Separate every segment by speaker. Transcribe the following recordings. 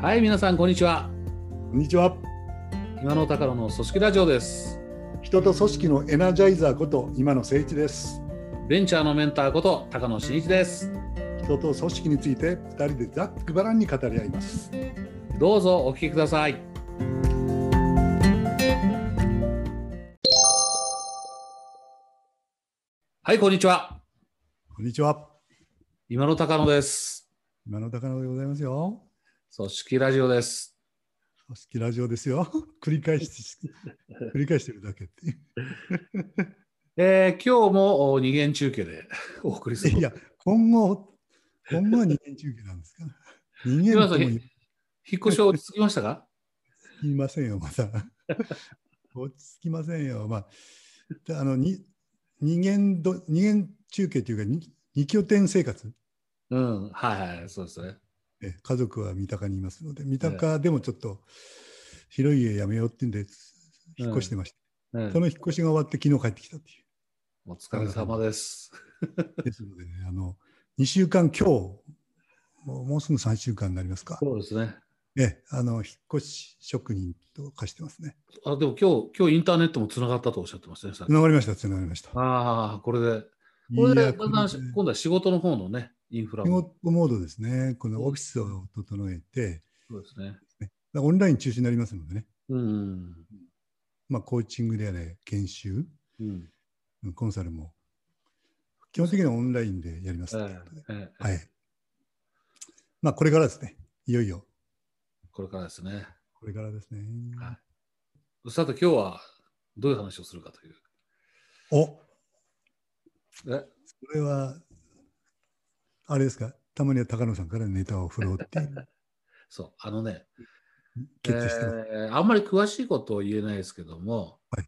Speaker 1: はい、皆さん、こんにちは。
Speaker 2: こんにちは。
Speaker 1: 今の高野の組織ラジオです。
Speaker 2: 人と組織のエナジャイザーこと今野誠一です。
Speaker 1: ベンチャーのメンターこと高野真一です。
Speaker 2: 人と組織について二人でざっくばらんに語り合います。
Speaker 1: どうぞお聞きください。はい、こんにちは。
Speaker 2: こんにちは。
Speaker 1: 今の高野です。
Speaker 2: 今野高野でございますよ。
Speaker 1: 組織ラジオです。
Speaker 2: 組織ラジオですよ。 繰り返し、繰り返してるだけってい
Speaker 1: えー今日もお二元中継で お送りす
Speaker 2: う。
Speaker 1: る。
Speaker 2: いや、今後、今後は人間中継なんですから。人間
Speaker 1: 今
Speaker 2: と
Speaker 1: さ
Speaker 2: も
Speaker 1: ん、引っ
Speaker 2: 言
Speaker 1: 越しは落ち着きましたか
Speaker 2: いませんよ、まだ。落ち着きませんよ。まあ、あの、に人間ど、人間中継というか、に二拠点生活。
Speaker 1: うん、はいはい、そうですね。
Speaker 2: え家族は三鷹にいますので三鷹でもちょっと広い家やめようってんで引っ越してました、
Speaker 1: うん
Speaker 2: その引っ越しが終わって昨日帰ってきたってい
Speaker 1: お疲れ様です。
Speaker 2: うですの で、ね、あの2週間今日もうもうすぐ3週間になりますか、
Speaker 1: そうですね。
Speaker 2: ええあの引っ越し職人と化してますね
Speaker 1: あでも今日、今日インターネットもつながったとおっしゃってましたね。さっき
Speaker 2: つながりましたつながりました
Speaker 1: ああ、これで。これ
Speaker 2: い
Speaker 1: で
Speaker 2: や
Speaker 1: だんだん
Speaker 2: これね
Speaker 1: 今度は仕事の方のね、インフラ
Speaker 2: 仕
Speaker 1: も。
Speaker 2: 事モードですねこのオフィスを整えて
Speaker 1: そうですね。
Speaker 2: オンライン中止になりますのでね、
Speaker 1: うん。
Speaker 2: まあ、コーチングであれ研修
Speaker 1: うん。
Speaker 2: コンサルも基本的にはオンラインでやります
Speaker 1: え
Speaker 2: ってことで
Speaker 1: えええ
Speaker 2: はい。まあ、これからですね。いよいよ、
Speaker 1: これからですね。
Speaker 2: これからですね。
Speaker 1: はいさて、今日はどういう話をするかという。
Speaker 2: おこ
Speaker 1: え
Speaker 2: れは、あれですか、たまには高野さんからネタを振ろうっ ていう、
Speaker 1: そう、あのね、
Speaker 2: 決定してます。
Speaker 1: えーあんまり詳しいことを言えないですけども、
Speaker 2: はい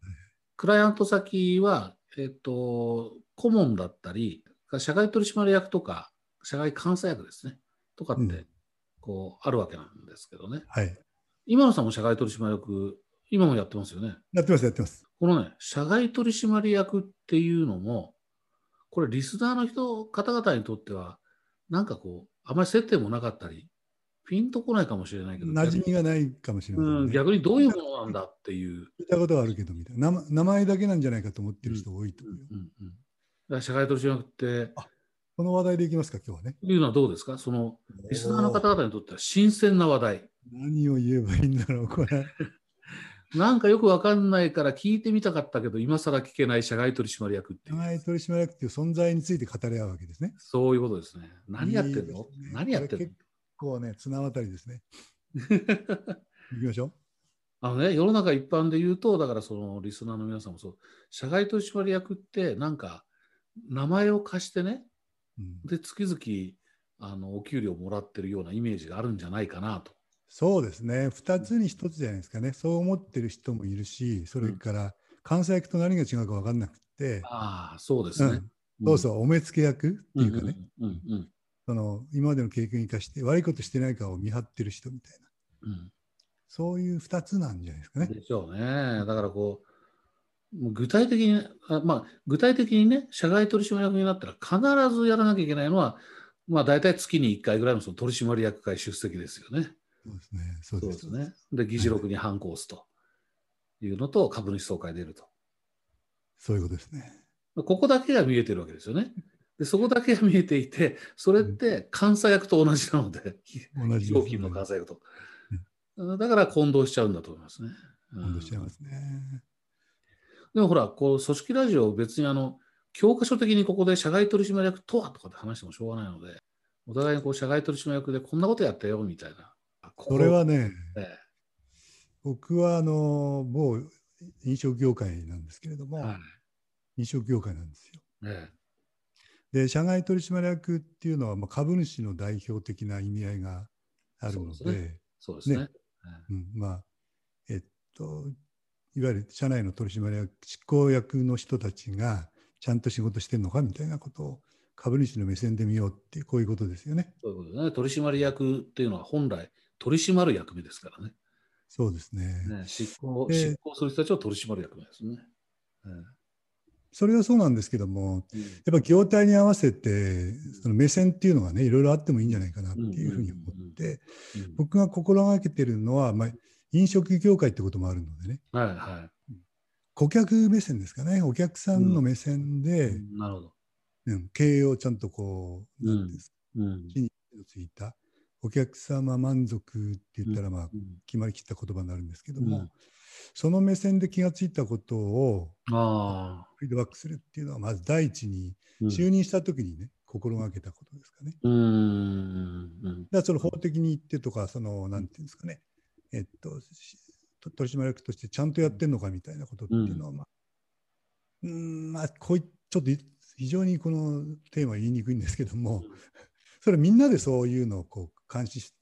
Speaker 1: クライアント先は、えっ、と、顧問だったり、社外取締役とか、社外監査役ですね、とかって、
Speaker 2: うん
Speaker 1: こう、あるわけなんですけどね。
Speaker 2: はい。
Speaker 1: 今野さんも社外取締役、今もやってますよね。
Speaker 2: やってます、やってます。
Speaker 1: このね、社外取締役っていうのも、これ、リスナーの人、方々にとっては、なんかこう、あまり接点もなかったり、ピンとこないかもしれないけど、
Speaker 2: 馴染みがないかもしれませ
Speaker 1: うんん、
Speaker 2: ね。
Speaker 1: 逆にどういうものなんだっていう、
Speaker 2: 聞いたことはあるけど、みたいな。名前名前だけなんじゃないかと思ってる人多いと
Speaker 1: うん
Speaker 2: 思
Speaker 1: う
Speaker 2: うよ。
Speaker 1: んうん、だから社外取締役って
Speaker 2: この話題でいきますか、今日はね。
Speaker 1: いうのはどうですか、そのリスナーの方々にとっては新鮮な話題、
Speaker 2: おー何を言えばいいんだろう、これ。
Speaker 1: なんかよくわかんないから聞いてみたかったけど、今更聞けない社外取締役ってい
Speaker 2: 名
Speaker 1: う。
Speaker 2: 前取締役っていう存在について語り合うわけですね。
Speaker 1: そういうことですね。何やってんの
Speaker 2: いいですね
Speaker 1: 何やってん
Speaker 2: こ
Speaker 1: の
Speaker 2: れ結こうね、綱渡りですね。 いきましょう。
Speaker 1: あのね、世の中一般で言うと、だからそのリスナーの皆さんもそう、社外取締役って、なんか、名前を貸してね、
Speaker 2: うん
Speaker 1: で、月々、あの、お給料もらってるようなイメージがあるんじゃないかなと。
Speaker 2: そうですね、2つに1つじゃないですかね、そう思ってる人もいるし、それから関西役と何が違うか分かんなくて、
Speaker 1: ああ、そうです
Speaker 2: う
Speaker 1: ね
Speaker 2: ん。そうそうう、お目付け役って
Speaker 1: ん。
Speaker 2: いうかね、
Speaker 1: うんうんうん
Speaker 2: その今までの経験を生かして、悪いことしてないかを見張ってる人みたいな、
Speaker 1: うん
Speaker 2: そういう2つなんじゃないですか
Speaker 1: うん
Speaker 2: ね。
Speaker 1: でしょうね。だからこう、もう具体的に、あまあ、具体的にね、社外取締役になったら必ずやらなきゃいけないのは、まあ、大体月に1回ぐらいのその取締役会出席ですよね。
Speaker 2: そうですね、そう
Speaker 1: そう
Speaker 2: で
Speaker 1: ですすね。で、議事録に反抗押すというのと、株主総会出ると。
Speaker 2: そういうことですね。
Speaker 1: ここだけが見えてるわけですよね。で、そこだけが見えていて、それって監査役と同じなので、
Speaker 2: 同じ
Speaker 1: 料金の監査役と。だから混同しちゃうんだと思いますね。うん
Speaker 2: 今度しちゃいますね。
Speaker 1: でもほら、こう、組織ラジオ、別にあの、教科書的にここで社外取締役とはとかって話してもしょうがないので、お互いにこう社外取締役でこんなことやったよみたいな。
Speaker 2: それは
Speaker 1: ね、
Speaker 2: ね、
Speaker 1: え
Speaker 2: 僕はあの某飲食業界なんですけれど
Speaker 1: え
Speaker 2: も、
Speaker 1: はい
Speaker 2: 飲食業界なんですよ。
Speaker 1: え
Speaker 2: で社外取締役っていうのは、まあ、株主の代表的な意味合いがあるの
Speaker 1: そ
Speaker 2: で
Speaker 1: うですそうですね。
Speaker 2: ねうん、まあえっといわゆる社内の取締役執行役の人たちがちゃんと仕事してるのかみたいなことを株主の目線で見ようっていうこういうことですよね。
Speaker 1: そういうことですね。取締役っていうのは本来取り締まる役目ですからね。
Speaker 2: そうですね。
Speaker 1: ね執行
Speaker 2: で
Speaker 1: 執行する人たちを取り締まる役目ですね。
Speaker 2: それはそうなんですけども
Speaker 1: ええ
Speaker 2: やっぱ業態に合わせてその目線っていうのがねいろいろあってもいいんじゃないかなって
Speaker 1: うん
Speaker 2: いうふうに思っ
Speaker 1: うんうん
Speaker 2: ので、僕が心がけてるのは、まあ、飲食業界ってこともあるのでね、
Speaker 1: はいは
Speaker 2: 顧客目線ですかね、お客さんの目線で、
Speaker 1: い。なるほど。
Speaker 2: うん経営をちゃんとこう、なんていうんですか、
Speaker 1: うん。
Speaker 2: 火のついた、お客様満足って言ったら、まあ、
Speaker 1: うん
Speaker 2: 決まりきった言葉になるんですけども、
Speaker 1: うん
Speaker 2: その目線で気がついたことを
Speaker 1: ああ。
Speaker 2: フィードバックするっていうのは、まず第一に、
Speaker 1: うん
Speaker 2: 就任した時にね、心がけたことですかね。
Speaker 1: うーん。うん
Speaker 2: だからその法的に言ってとか、その、なんていうんですかね、えっと、しと取締役としてちゃんとやってんのかみたいなことっていうのは、まあ、うーん、まあ、こういちょっとい非常にこのテーマは言いにくいんですけども、
Speaker 1: うん
Speaker 2: それみんなでそういうのをこう監視し、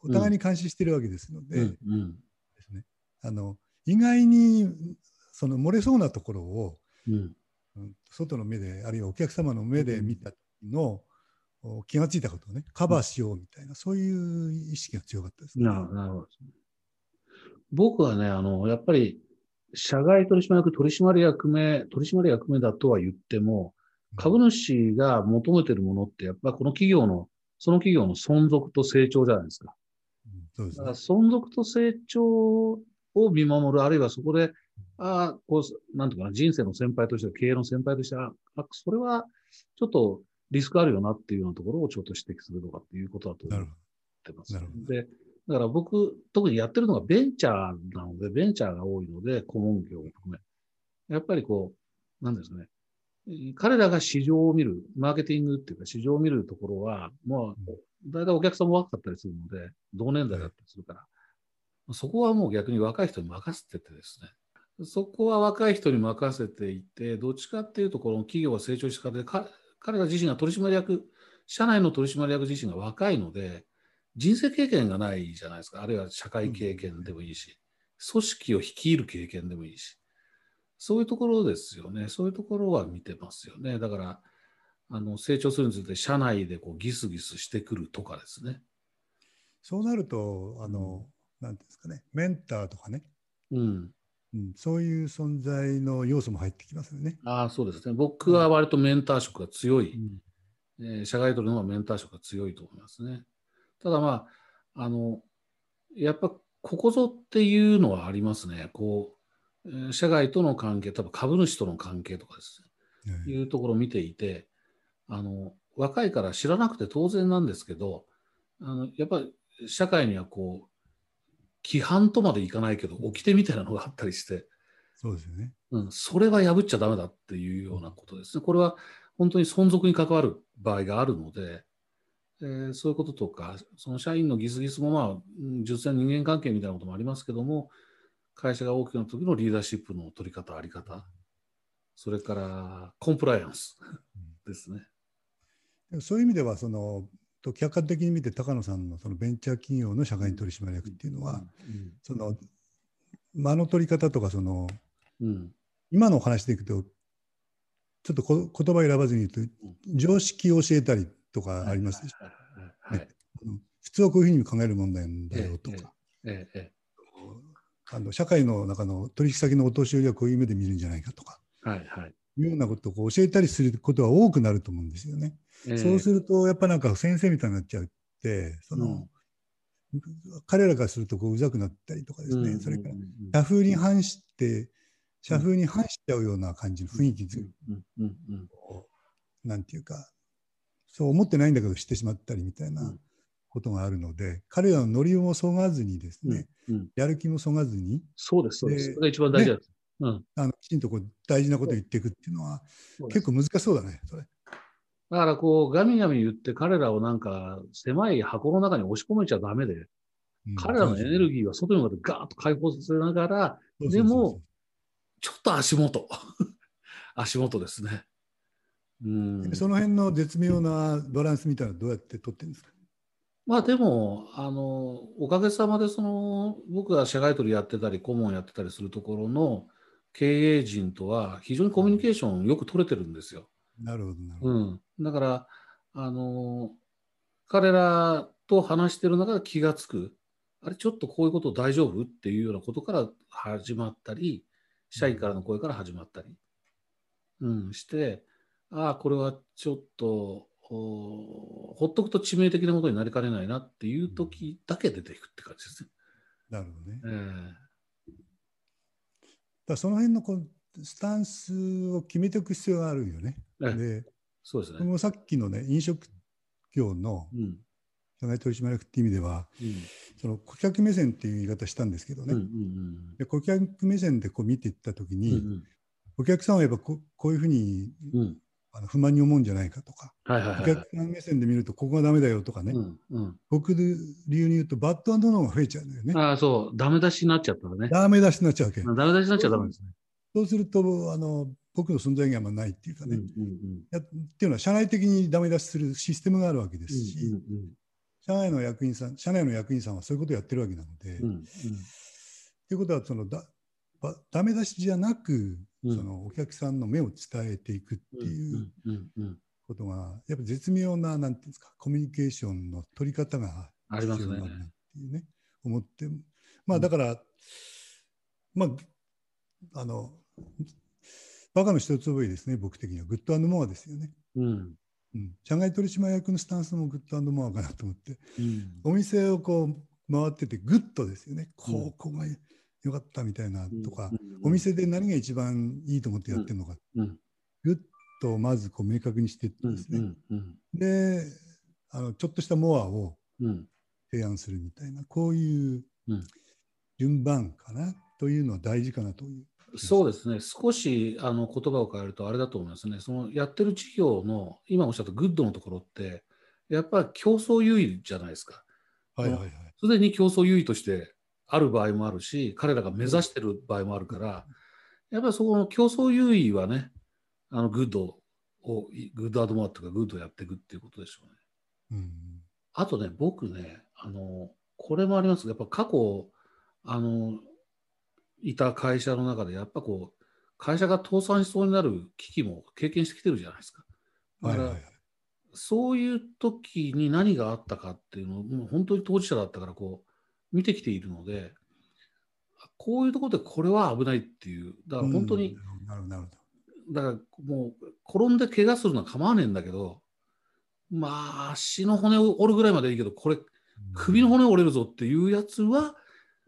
Speaker 2: お互いに監視してるわけですので、
Speaker 1: うんうん
Speaker 2: ですね、あの意外にその漏れそうなところを、
Speaker 1: うん。
Speaker 2: うん外の目であるいはお客様の目で見た時の、お気がついたことをねカバーしようみたいな、そういう意識が強かったですね。
Speaker 1: なるほどなるほど。僕はね、あの、やっぱり、社外取締役、取締役名、取締役名だとは言っても、株主が求めてるものって、やっぱこの企業の、その企業の存続と成長じゃないですか。
Speaker 2: うんそうで
Speaker 1: だ
Speaker 2: す
Speaker 1: か
Speaker 2: ね
Speaker 1: ら。存続と成長を見守る、あるいはそこで、ああ、こう、なんていうかな、人生の先輩として、経営の先輩として、あ、あそれはちょっとリスクあるよなっていうようなところをちょっと指摘するとかっていうことだと
Speaker 2: な
Speaker 1: 思
Speaker 2: る
Speaker 1: っ
Speaker 2: ほ
Speaker 1: てます、
Speaker 2: なるほど
Speaker 1: で、だから僕、特にやってるのがベンチャーなので、ベンチャーが多いので、顧問業を含め。やっぱりこう、なんですかね。彼らが市場を見る、マーケティングっていうか市場を見るところは、もう、だいたいお客さんも若かったりするので、同年代だったりするから、そこはもう逆に若い人に任せててですね、そこは若い人に任せていて、どっちかっていうと、この企業が成長した方で、か彼ら自身が取締役、社内の取締役自身が若いので、人生経験がないじゃないですか、あるいは社会経験でもいいし、組織を率いる経験でもいいし、そういうところですよね、そういうところは見てますよね。だからあの成長するについて社内でこうギスギスしてくるとかですね。
Speaker 2: そうなるとあの、なんていうんですかねメンターとかね、
Speaker 1: うん、
Speaker 2: うん、そういう存在の要素も入ってきますよね。
Speaker 1: ああそうですね。僕は割とメンター色が強い、えー社外取りの方がメンター色が強いと思いますね。ただまあ、あの、やっぱここぞっていうのはありますね。こう、えー社外との関係、多分株主との関係とかですね。
Speaker 2: はい
Speaker 1: いうところを見ていて、あの若いから知らなくて当然なんですけど、あのやっぱり社会にはこう、規範とまでいかないけど、掟みたいなのがあったりして、
Speaker 2: そうですよね。
Speaker 1: うん、それは破っちゃだめだっていうようなことですね。これは本当に存続に関わる場合があるので、えーそういうこととか、その社員のギスギスも、まあうん、実際の人間関係みたいなこともありますけども、会社が大きくなった時のリーダーシップの取り方、あり方、それからコンプライアンスですね。
Speaker 2: でもそういう意味ではそのと客観的に見て高野さんのそのベンチャー企業の社外取締役っていうのは、その間の取り方とかその
Speaker 1: うん、うん
Speaker 2: 今のお話でいくとちょっとこ言葉選ばずに言うと常識を教えたりとかありますでしょ、
Speaker 1: はいはいはいはい。
Speaker 2: 普通はこういうふうに考える問題なんだよとか、
Speaker 1: えええ
Speaker 2: あの社会の中の取引先のお年寄りはこういう目で見るんじゃないかとか
Speaker 1: えはいはい。
Speaker 2: いうようなことをこう教えたりすることは多くなると思うんですよね。そうするとやっぱなんか先生みたいになっちゃうってその、彼らからするとこううざくなったりとかですね、それから社風に反して社風に反しちゃうような感じの雰囲気づ
Speaker 1: うんうんうん
Speaker 2: なんていうかそう思ってないんだけどしてしまったりみたいなことがあるので彼らのノリもそがずにですね、
Speaker 1: うんうん
Speaker 2: やる気もそがずに
Speaker 1: そうです、そうです。
Speaker 2: で
Speaker 1: それが一番大事だと。うん。
Speaker 2: あのきちんとこう大事なことを言っていくっていうのは
Speaker 1: そうです
Speaker 2: 結構難しそうだねそれ。
Speaker 1: だからこう、ガミガミ言って彼らをなんか狭い箱の中に押し込めちゃダメで、
Speaker 2: うん
Speaker 1: 彼らのエネル
Speaker 2: ギ
Speaker 1: ギーは外に向かってガーッと解放させながら、
Speaker 2: ー
Speaker 1: でもちょっと足元。 足元ですね。うん。
Speaker 2: その辺の絶妙なバランスみたいなのはどうやって取ってるんですか、
Speaker 1: まあでも、あの、おかげさまで、その、僕が社外取りやってたり、顧問やってたりするところの経営陣とは非常にコミュニケーションよく取れてるんですよ。
Speaker 2: なるほどなるほど。
Speaker 1: うん、だから、あの彼らと話してる中で気がつく、あれ、ちょっとこういうこと大丈夫っていうようなことから始まったり、社員からの声から始まったり、うん、して、ああ、これはちょっとほっとくと致命的なことになりかねないなっていう時だけ出ていくって感じですね。
Speaker 2: なるほどね。だか
Speaker 1: え
Speaker 2: らその辺のこうスタンスを決めておく必要があるよね。
Speaker 1: ええ
Speaker 2: で、
Speaker 1: そうです
Speaker 2: こ
Speaker 1: ね。
Speaker 2: のさっきのね、飲食業の
Speaker 1: うんうん
Speaker 2: 社外取締役っていう意味では、その顧客目線っていう言い方したんですけど
Speaker 1: うんう
Speaker 2: ね、
Speaker 1: ん
Speaker 2: で顧客目線でこう見ていったとき
Speaker 1: うん
Speaker 2: に、
Speaker 1: うん
Speaker 2: お客さんはやっぱここういうふうに
Speaker 1: うんうん
Speaker 2: あの不満に思うんじゃないかとか、
Speaker 1: はいはい
Speaker 2: お
Speaker 1: はいは
Speaker 2: 客
Speaker 1: い。
Speaker 2: さん目線で見るとここがダメだよとかね、
Speaker 1: うんうん
Speaker 2: 僕の理由に言うとバッドアンドローンが増えちゃうんだよね。
Speaker 1: ああ、そう、ダメ出しになっちゃったらね。
Speaker 2: ダメ出しになっちゃうわけ。
Speaker 1: ダメ出しになっちゃダメですね。
Speaker 2: そうするとあの僕の存在意義があんまないっていうか
Speaker 1: うんうん
Speaker 2: ね、
Speaker 1: うん
Speaker 2: やっていうのは社内的にダメ出しするシステムがあるわけですし、社内の役員さん社内の役員さんはそういうことをやってるわけなので、
Speaker 1: うんうんうん
Speaker 2: ということはそのだばダメ出しじゃなく、
Speaker 1: うん
Speaker 2: そのお客さんの目を伝えていくっていうう
Speaker 1: うんうんうんうん
Speaker 2: ことが、やっぱ絶妙ななんていうんですかコミュニケーションの取り方が
Speaker 1: ありますね
Speaker 2: 必要なんだっていうね思ってまあだから、まああのバカの一つ覚えですね僕的にはグッドモアですよね。
Speaker 1: うん
Speaker 2: うん、社外取締役のスタンスもグッドモアかなと思って
Speaker 1: うん
Speaker 2: お店をこう回っててグッドですよね
Speaker 1: うん
Speaker 2: ここが良かったみたいなと
Speaker 1: う
Speaker 2: か、
Speaker 1: んうん
Speaker 2: お店で何が一番いいと思ってやってるのか、
Speaker 1: うん
Speaker 2: グッドをまずこう明確にしていって
Speaker 1: うん
Speaker 2: ですね、
Speaker 1: うん
Speaker 2: であのちょっとしたモアを
Speaker 1: うん
Speaker 2: 提案するみたいなこういう
Speaker 1: うん
Speaker 2: 順番かなというのは大事かなという。
Speaker 1: そうですね、少しあの言葉を変えると、あれだと思いますね、そのやってる事業の、今おっしゃったグッドのところって、やっぱり競争優位じゃないですか、
Speaker 2: はいはいはい。
Speaker 1: すでに競争優位としてある場合もあるし、彼らが目指してる場合もあるから、やっぱりそこの競争優位はね、あのグッドを、グッドアドマーとか、グッドをやっていくっていうことでしょうね。
Speaker 2: うん
Speaker 1: あとね、僕ね、あの、これもありますが、やっぱ過去、あの、いた会社の中で、やっぱこう、会社が倒産しそうになる危機も経験してきてるじゃないですか。だ
Speaker 2: は
Speaker 1: か
Speaker 2: い
Speaker 1: ら、
Speaker 2: はいはい
Speaker 1: そういう時に何があったかっていうのを、もう本当に当事者だったから、こう、見てきているので、こういうところでこれは危ないっていう、だから本当に、
Speaker 2: うんなるほどなるほど
Speaker 1: だからもう転んで怪我するのは構わねえんだけど、まあ足の骨を折るぐらいまではいいけど、これ首の骨折れるぞっていうやつは、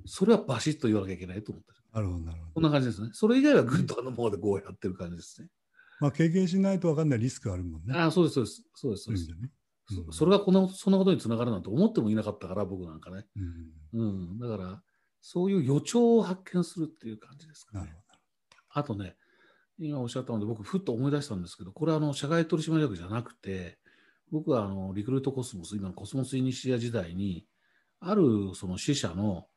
Speaker 1: それはバシッと言わなきゃいけないと思ってる。
Speaker 2: なるほどなるほど
Speaker 1: こんな感じですね。それ以外はグッドの方でこうやってる感じですね。
Speaker 2: まあ、経験しないと分かんないリスクあるもんね。
Speaker 1: ああ、そうです、そうです、そうです、そう
Speaker 2: い
Speaker 1: で
Speaker 2: 意味
Speaker 1: す
Speaker 2: でね。うん
Speaker 1: そそれがこんなそんなことにつながるなんて思ってもいなかったから、僕なんかね。
Speaker 2: うん
Speaker 1: うん、だから、そういう予兆を発見するっていう感じですか
Speaker 2: な
Speaker 1: ね
Speaker 2: る。ほ
Speaker 1: あとね、今おっしゃったので、僕、ふっと思い出したんですけど、これはあの社外取締役じゃなくて、僕はあのリクルートコスモス、今のコスモスイニシア時代に、あるその支社の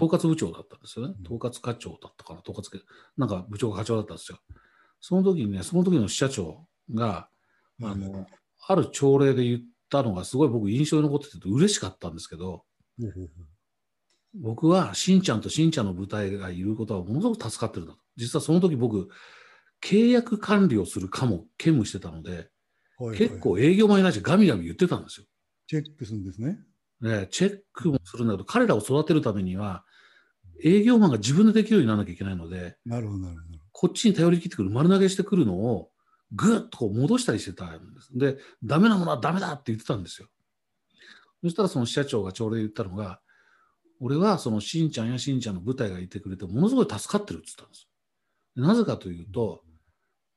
Speaker 1: 統括部長だったんですよね。
Speaker 2: うん
Speaker 1: 統括課長だったかな、統括け、なんか部長が課長だったんですよ。その時にね、その時の支社長が、
Speaker 2: ど。
Speaker 1: あ
Speaker 2: はいはい
Speaker 1: のある朝礼で言ったのが、すごい僕、印象に残ってて、嬉しかったんですけど、
Speaker 2: ほうほうほう
Speaker 1: 僕はしんちゃんとしんちゃんの部隊がいることはものすごく助かってるんだと。実はその時僕、契約管理をするかも兼務してたので、
Speaker 2: はいはい
Speaker 1: 結構営業マンに対してガミガミ言ってたんですよ。
Speaker 2: チェックするんですね。
Speaker 1: ね、チェックもするんだけど、彼らを育てるためには、営業マンが自分でできるようにならなきゃいけないので、
Speaker 2: なるほどなるほど。
Speaker 1: こっちに頼り切ってくる、丸投げしてくるのを、ぐっとこう戻したりしてたんです。で、ダメなものはダメだって言ってたんですよ。そしたらその支社長が朝礼で言ったのが、俺はそのしんちゃんやしんちゃんの部隊がいてくれて、ものすごい助かってるって言ったんですよ。でなぜかというと、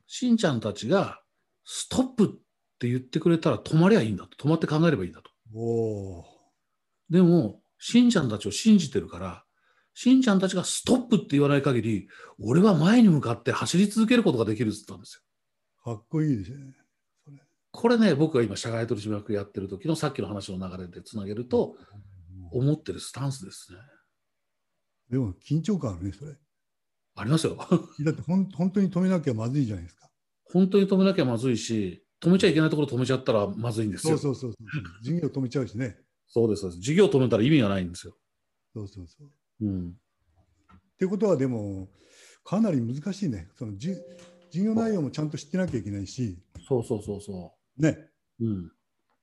Speaker 1: しんちゃんたちが、ストップって言ってくれたら止まりゃいいんだと。止まって考えればいいんだと。
Speaker 2: おお
Speaker 1: でも、しんちゃんたちを信じてるから、しんちゃんたちがストップって言わない限り、俺は前に向かって走り続けることができるって言ったんですよ。
Speaker 2: ー、かっこいいですね。それ
Speaker 1: これね、僕が今、社外取締役やってる時のさっきの話の流れでつなげると、
Speaker 2: お
Speaker 1: 思ってるスタンスですね。
Speaker 2: でも緊張感あるね、それ。
Speaker 1: ありますよ。
Speaker 2: だってほん本当に止めなきゃまずいじゃないですか。
Speaker 1: 本当に止めなきゃまずいし、止めちゃいけないところ止めちゃったらまずいんです
Speaker 2: そう
Speaker 1: よ。
Speaker 2: そうそうそう。事業止めちゃうしね。
Speaker 1: そうです、そうです。事業止めたら意味がないんですよ。
Speaker 2: そうそうそう。っ
Speaker 1: うん。
Speaker 2: てことはでもかなり難しいね。そのじゅ事業内容もちゃんと知ってなきゃいけないし、
Speaker 1: そうそうそうそ
Speaker 2: ね。
Speaker 1: う。うん。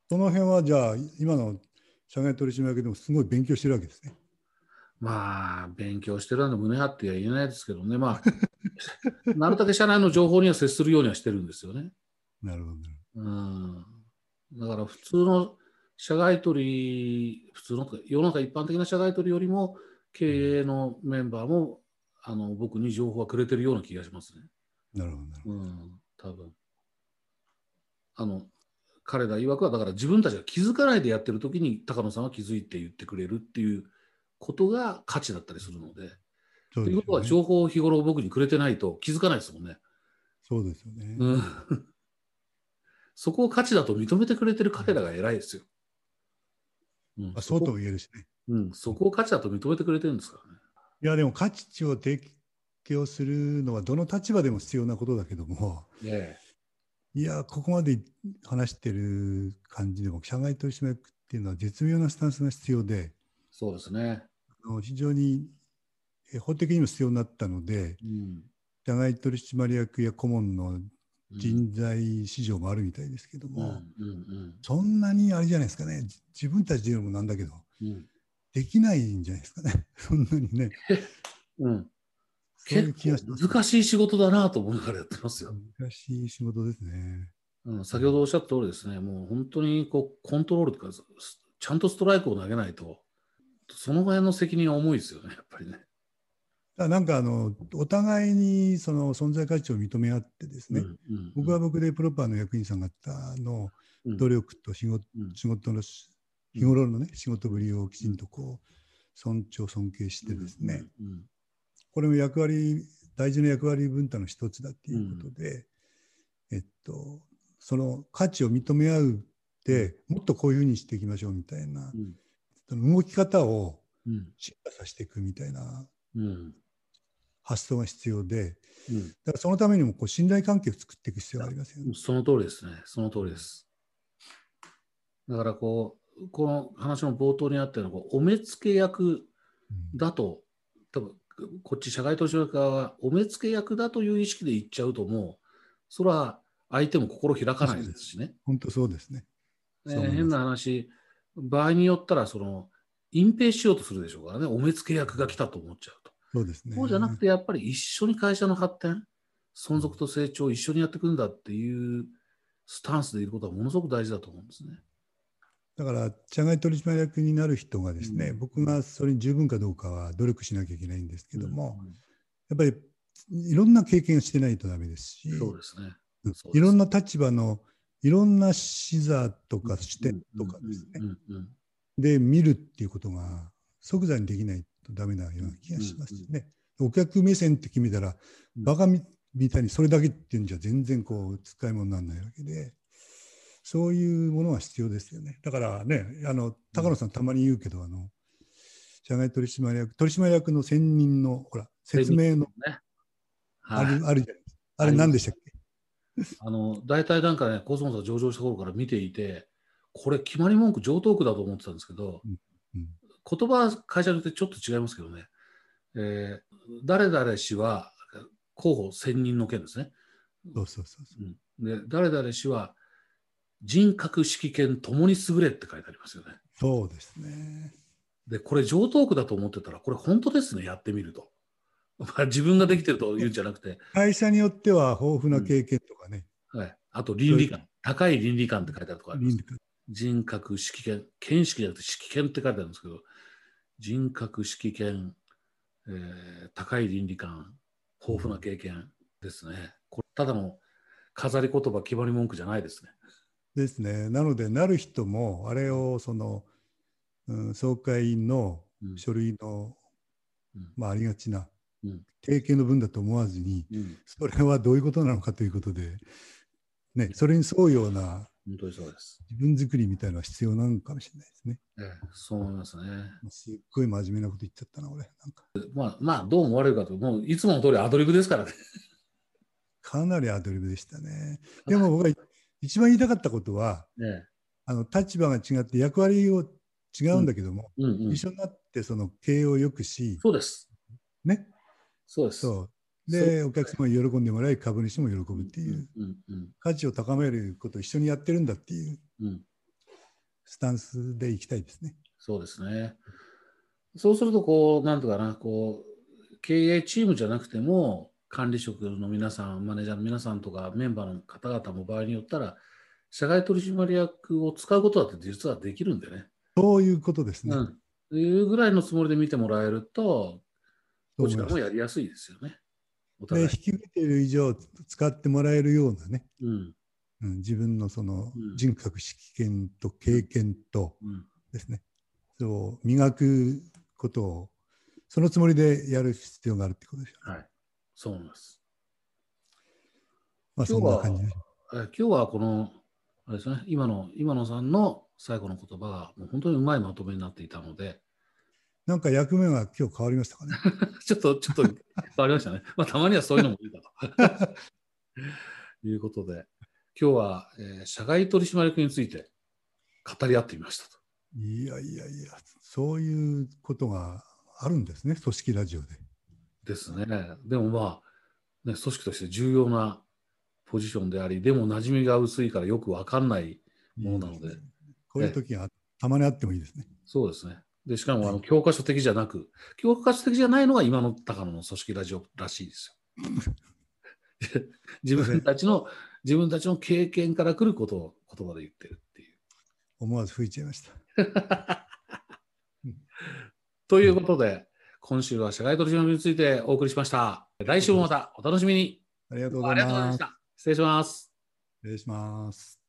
Speaker 2: その辺はじゃあ今の社外取締役でもすごい勉強してるわけですね。
Speaker 1: まあ、勉強してるなんて胸張っては言えないですけどね、まあ、なるだけ社内の情報には接するようにはしてるんですよね。
Speaker 2: なるほどなるほど。
Speaker 1: うん。だから普通の社外取り、普通のとか世の中一般的な社外取りよりも、経営のメンバーも、あの僕に情報はくれてるような気がしますね。
Speaker 2: なるほど、なる
Speaker 1: う
Speaker 2: ほど。
Speaker 1: ん、多分あの彼ら曰くは、だから自分たちが気づかないでやってる時に、高野さんは気づいて言ってくれるっていうことが価値だったりするので。
Speaker 2: そ
Speaker 1: と
Speaker 2: うで
Speaker 1: いうこ
Speaker 2: す
Speaker 1: とは、
Speaker 2: よね。
Speaker 1: 情報を日頃僕にくれてないと気づかないですもんね。
Speaker 2: そうですよね。
Speaker 1: うん そこを価値だと認めてくれてる彼らが偉いですよ。うん
Speaker 2: まあ、そうと
Speaker 1: こ
Speaker 2: も言えるしね。
Speaker 1: うん、そこを価値だと認めてくれてるんですからね。
Speaker 2: いや、でも価値を提供するのはどの立場でも必要なことだけども、
Speaker 1: え
Speaker 2: いや、ここまで話してる感じでも、社外取締役っていうのは絶妙なスタンスが必要で、
Speaker 1: そうですね。
Speaker 2: あの非常にえ法的にも必要になったので、
Speaker 1: うん
Speaker 2: 社外取締役や顧問の
Speaker 1: うん
Speaker 2: 人材市場もあるみたいですけど
Speaker 1: うん
Speaker 2: も、
Speaker 1: うん
Speaker 2: そんなにあれじゃないですかね、じ自分たちで言うのもなんだけど、
Speaker 1: うん
Speaker 2: できないんじゃないですかね、 そんなにね、
Speaker 1: うんうん
Speaker 2: そういう
Speaker 1: 結
Speaker 2: 気がします
Speaker 1: 構難しい仕事だなと思いながらやってますよ。
Speaker 2: 難しい仕事ですね。
Speaker 1: うん、先ほどおっしゃった通りですね、もう本当にこうコントロールとか、すちゃんとストライクを投げないと、その辺の責任は重いですよね、やっぱりね。
Speaker 2: だからなんかあのお互いにその存在価値を認め合ってですね、
Speaker 1: うんうん
Speaker 2: 僕は僕でプロパーの役員さん方の
Speaker 1: うん
Speaker 2: 努力と仕事,、
Speaker 1: うん
Speaker 2: 仕事のし日頃のね仕事ぶりをきちんとこう尊重尊敬してですね、
Speaker 1: うん
Speaker 2: これも役割大事な役割分担の一つだっていうことで、えっとその価値を認め合うってもっとこういうふうにしていきましょうみたいな
Speaker 1: う、ん
Speaker 2: その動き方を
Speaker 1: うん
Speaker 2: 進化させていくみたいな
Speaker 1: うん
Speaker 2: 発想が必要で
Speaker 1: うん
Speaker 2: だからそのためにもこう信頼関係を作っていく必要がありますよ
Speaker 1: う
Speaker 2: ね
Speaker 1: ん。その通りですね、その通りです。だからこう、この話の冒頭にあったような、こうお目付け役
Speaker 2: うん
Speaker 1: だと、多分こっち、社外取締役側は、お目付け役だという意識で言っちゃうと、もう、それは相手も心開かないですしね。
Speaker 2: 本当そうですね。
Speaker 1: ね
Speaker 2: そう思います
Speaker 1: 変な話、場合によったら、その、隠蔽しようとするでしょうからね、お目付け役が来たと思っちゃうと。
Speaker 2: そうですね。
Speaker 1: そうじゃなくて、やっぱり一緒に会社の発展、存続と成長を一緒にやっていくんだっていうスタンスでいることはものすごく大事だと思うんですね。
Speaker 2: だから社外取締役になる人がですね、
Speaker 1: うん
Speaker 2: 僕がそれに十分かどうかは努力しなきゃいけないんですけども、
Speaker 1: うん
Speaker 2: やっぱりいろんな経験をしてないとダメですし、
Speaker 1: そうですね。
Speaker 2: うん
Speaker 1: そうです
Speaker 2: いろんな立場のいろんな視座とか視点とかですね、
Speaker 1: うんうんうん
Speaker 2: で見るっていうことが即座にできないとダメなような気がしますね。お客目線って決めたら、
Speaker 1: うん
Speaker 2: バカみみたいにそれだけっていうんじゃ全然こう使い物にならないわけで、そういうものは必要ですよね。だからね、あの高野さんたまに言うけど、あの社外取締役、取締役の専任のほら説明の
Speaker 1: ね。
Speaker 2: あ
Speaker 1: はい
Speaker 2: るあるじゃないですか。あ
Speaker 1: あ
Speaker 2: れ
Speaker 1: ります
Speaker 2: 何でしたっけ
Speaker 1: あの大体なんかね、コスモスが上場した頃から見ていて、これ、決まり文句、上等句だと思ってたんですけど、
Speaker 2: うんうん
Speaker 1: 言葉は会社によってちょっと違いますけどね、えー誰々氏は候補専任の件ですね、
Speaker 2: そうそうそうそう。
Speaker 1: うんで誰々氏は人格、指揮権ともに優れって書いてありますよね。
Speaker 2: そうですね。
Speaker 1: で、これ、上等句だと思ってたら、これ、本当ですね、やってみると。 まあ、自分ができてると言うんじゃなくて、
Speaker 2: 会社によっては豊富な経験とかね、
Speaker 1: はい、あと倫理観、高い倫理観って書いてあるとこあります
Speaker 2: 倫理。観
Speaker 1: 人格、指揮権、見識じゃなくて指揮権って書いてあるんですけど、人格、指揮権、えー高い倫理観、豊富な経験ですね。これただの飾り言葉、決まり文句じゃないですね。
Speaker 2: ですね。なので、なる人も、あれをその、うん、総会の
Speaker 1: うん
Speaker 2: 書類の、
Speaker 1: うん
Speaker 2: まあ、ありがちな
Speaker 1: うん、
Speaker 2: 定型の分だと思わずに、
Speaker 1: うん、
Speaker 2: それはどういうことなのかということで、ね、それに沿うような
Speaker 1: 本当にそうです、
Speaker 2: 自分作りみたいなのは必要なのかもしれないですね。
Speaker 1: ええそう思いますね。
Speaker 2: すっごい真面目なこと言っちゃったな、俺。なんか、
Speaker 1: まあ、まあ、どう思われるかと、もういつもの通りアドリブですからね。
Speaker 2: かなりアドリブでしたね。でも僕が一番言いたかったことは、
Speaker 1: ええ
Speaker 2: あの立場が違って役割を違うんだけども、
Speaker 1: うんうん、
Speaker 2: 一緒になってその経営を良くし、
Speaker 1: そうです。
Speaker 2: ね、
Speaker 1: そうです。
Speaker 2: そう。
Speaker 1: そう
Speaker 2: で、お客様に喜んでもらい、株主も喜ぶっていう、
Speaker 1: うんうん
Speaker 2: 価値を高めることを一緒にやってるんだっていう
Speaker 1: うんうん
Speaker 2: スタンスでいきたいですね。
Speaker 1: そうですね。そうすると、こう、なんとかな、こう、経営チームじゃなくても、管理職の皆さん、マネージャーの皆さんとか、メンバーの方々も場合によったら、社外取締役を使うことだって実はできるんでね。
Speaker 2: そういうことですね。
Speaker 1: うん。というぐらいのつもりで見てもらえると、
Speaker 2: そ
Speaker 1: こ
Speaker 2: う思
Speaker 1: ち
Speaker 2: い
Speaker 1: ら
Speaker 2: ま
Speaker 1: も
Speaker 2: す
Speaker 1: やりやすいですよね。お
Speaker 2: で
Speaker 1: 互い
Speaker 2: 引。き受けている以上使ってもらえるようなね、
Speaker 1: うん。
Speaker 2: うん、自分のその
Speaker 1: うん
Speaker 2: 人格識見と経験と
Speaker 1: うん。
Speaker 2: ですね、それを磨くことをそのつもりでやる必要があるってことでしょうね。
Speaker 1: はい。そうなんです。
Speaker 2: まあそんな感じです。
Speaker 1: えー今日はこの、あれですね、今の、今野さんの最後の言葉が、もう本当にうまいまとめになっていたので、
Speaker 2: なんか役目が今日変わりましたかね。
Speaker 1: ちょっと、ちょっと変わりましたね。 まあ、たまにはそういうのもいいかと。 いうことで、今日は、えー社外取締役について語り合ってみましたと。
Speaker 2: いやいやいや、そういうことがあるんですね、組織ラジオで。
Speaker 1: ですね。でもまあ、ね、組織として重要なポジションであり、でも馴染みが薄いからよくわかんないものなので、
Speaker 2: こういう時がたまにあってもいいですね。
Speaker 1: そうですね。で、しかもあの教科書的じゃなく、教科書的じゃないのが今の高野の組織ラジオらしいですよ。 自分たちの、自分たちの経験から来ることを言葉で言ってるっていう。
Speaker 2: 思わず吹いちゃいました。
Speaker 1: ということで、今週は社外取締役についてお送りしました。来週もまたお楽しみに。
Speaker 2: ありがとうご
Speaker 1: あ
Speaker 2: ざ
Speaker 1: り
Speaker 2: い
Speaker 1: がとうござい
Speaker 2: ま
Speaker 1: ますし。た。失礼します。
Speaker 2: 失礼します。